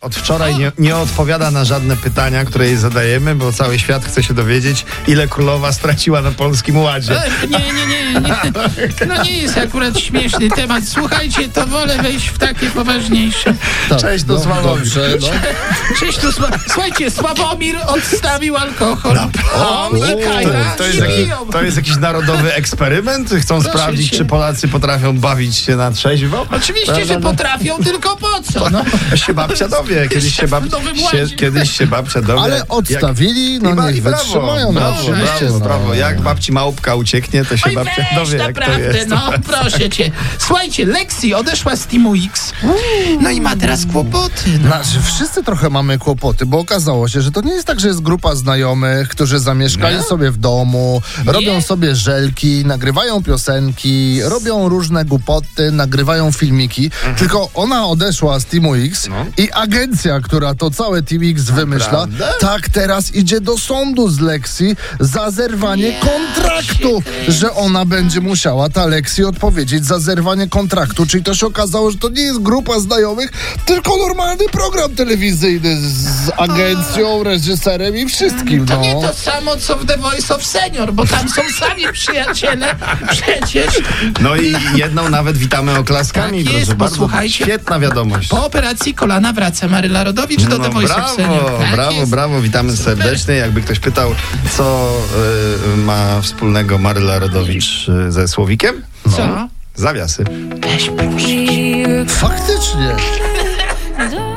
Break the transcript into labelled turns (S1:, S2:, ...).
S1: Od wczoraj nie, nie odpowiada na żadne pytania, które jej zadajemy, bo cały świat chce się dowiedzieć, ile królowa straciła na polskim ładzie.
S2: E, Nie, nie, nie, nie. No nie jest akurat śmieszny temat. Słuchajcie, to wolę wejść w takie poważniejsze.
S3: Tak,
S1: Cześć, do Sławowi.
S3: Dobrze, no.
S2: Cześć, tu sła... Słuchajcie, Sławomir odstawił alkohol. On
S3: o,
S2: i Kajra
S1: To, to, jest
S2: i
S1: jakiś,
S2: piją.
S1: to jest jakiś narodowy eksperyment? Chcą sprawdzić,
S2: cię.
S1: czy Polacy potrafią bawić się na trzeźwo?
S2: Oczywiście, że potrafią, tylko po co? No.
S1: Się babcia dowie. Kiedyś się, bab...
S2: W Nowym
S1: się,
S2: Ładzie.
S1: kiedyś się babcia dowie.
S3: Ale
S1: jak-
S3: odstawili,
S1: I
S3: no
S1: ba-
S3: niech
S1: i brawo,
S3: wytrzymają. no,
S1: brawo,
S3: oczywiście,
S1: brawo,
S3: no.
S1: brawo. Jak babci małpka ucieknie, to się
S2: Oj,
S1: babcia
S2: weź,
S1: dowie, jak to
S2: naprawdę,
S1: jest.
S2: no, proszę cię. Słuchajcie, Lexi odeszła z Teamu X, no i ma teraz kłopoty. No.
S3: Znaczy, wszyscy trochę mamy kłopoty, bo okazało się, że to nie jest tak, że jest grupa znajomych, którzy zamieszkali sobie w domu, robią sobie żelki, nagrywają piosenki, robią różne głupoty, nagrywają filmiki,
S1: Mhm.
S3: tylko ona odeszła z Teamu X i agencja, która to całe Team X wymyśla,
S1: No. Naprawdę?
S3: tak teraz idzie do sądu z Lexi za zerwanie
S2: Ja
S3: kontraktu,
S2: się kręcę.
S3: że ona będzie musiała, ta Lexi, odpowiedzieć za zerwanie kontraktu. Czyli to się okazało, że to nie jest grupa znajomych, tylko normalny program telewizyjny z, z agencją, reżyserem i wszystkim.
S2: To
S3: No.
S2: nie to samo, co w The Voice of Senior, bo tam są sami przyjaciele. Przecież
S1: No i jedną nawet witamy oklaskami.
S2: Tak jest,
S1: proszę bardzo.
S2: posłuchajcie.
S1: Świetna wiadomość.
S2: po operacji kolana wraca Maryla Rodowicz do The
S1: No,
S2: Voice of
S1: brawo,
S2: Senior. Tak
S1: brawo,
S2: jest.
S1: brawo, witamy serdecznie. Jakby ktoś pytał, co y, ma wspólnego Maryla Rodowicz y, ze Słowikiem?
S2: Co?
S1: Zawiasy.
S2: Weź, proszę.
S3: Faktycznie.
S4: Don't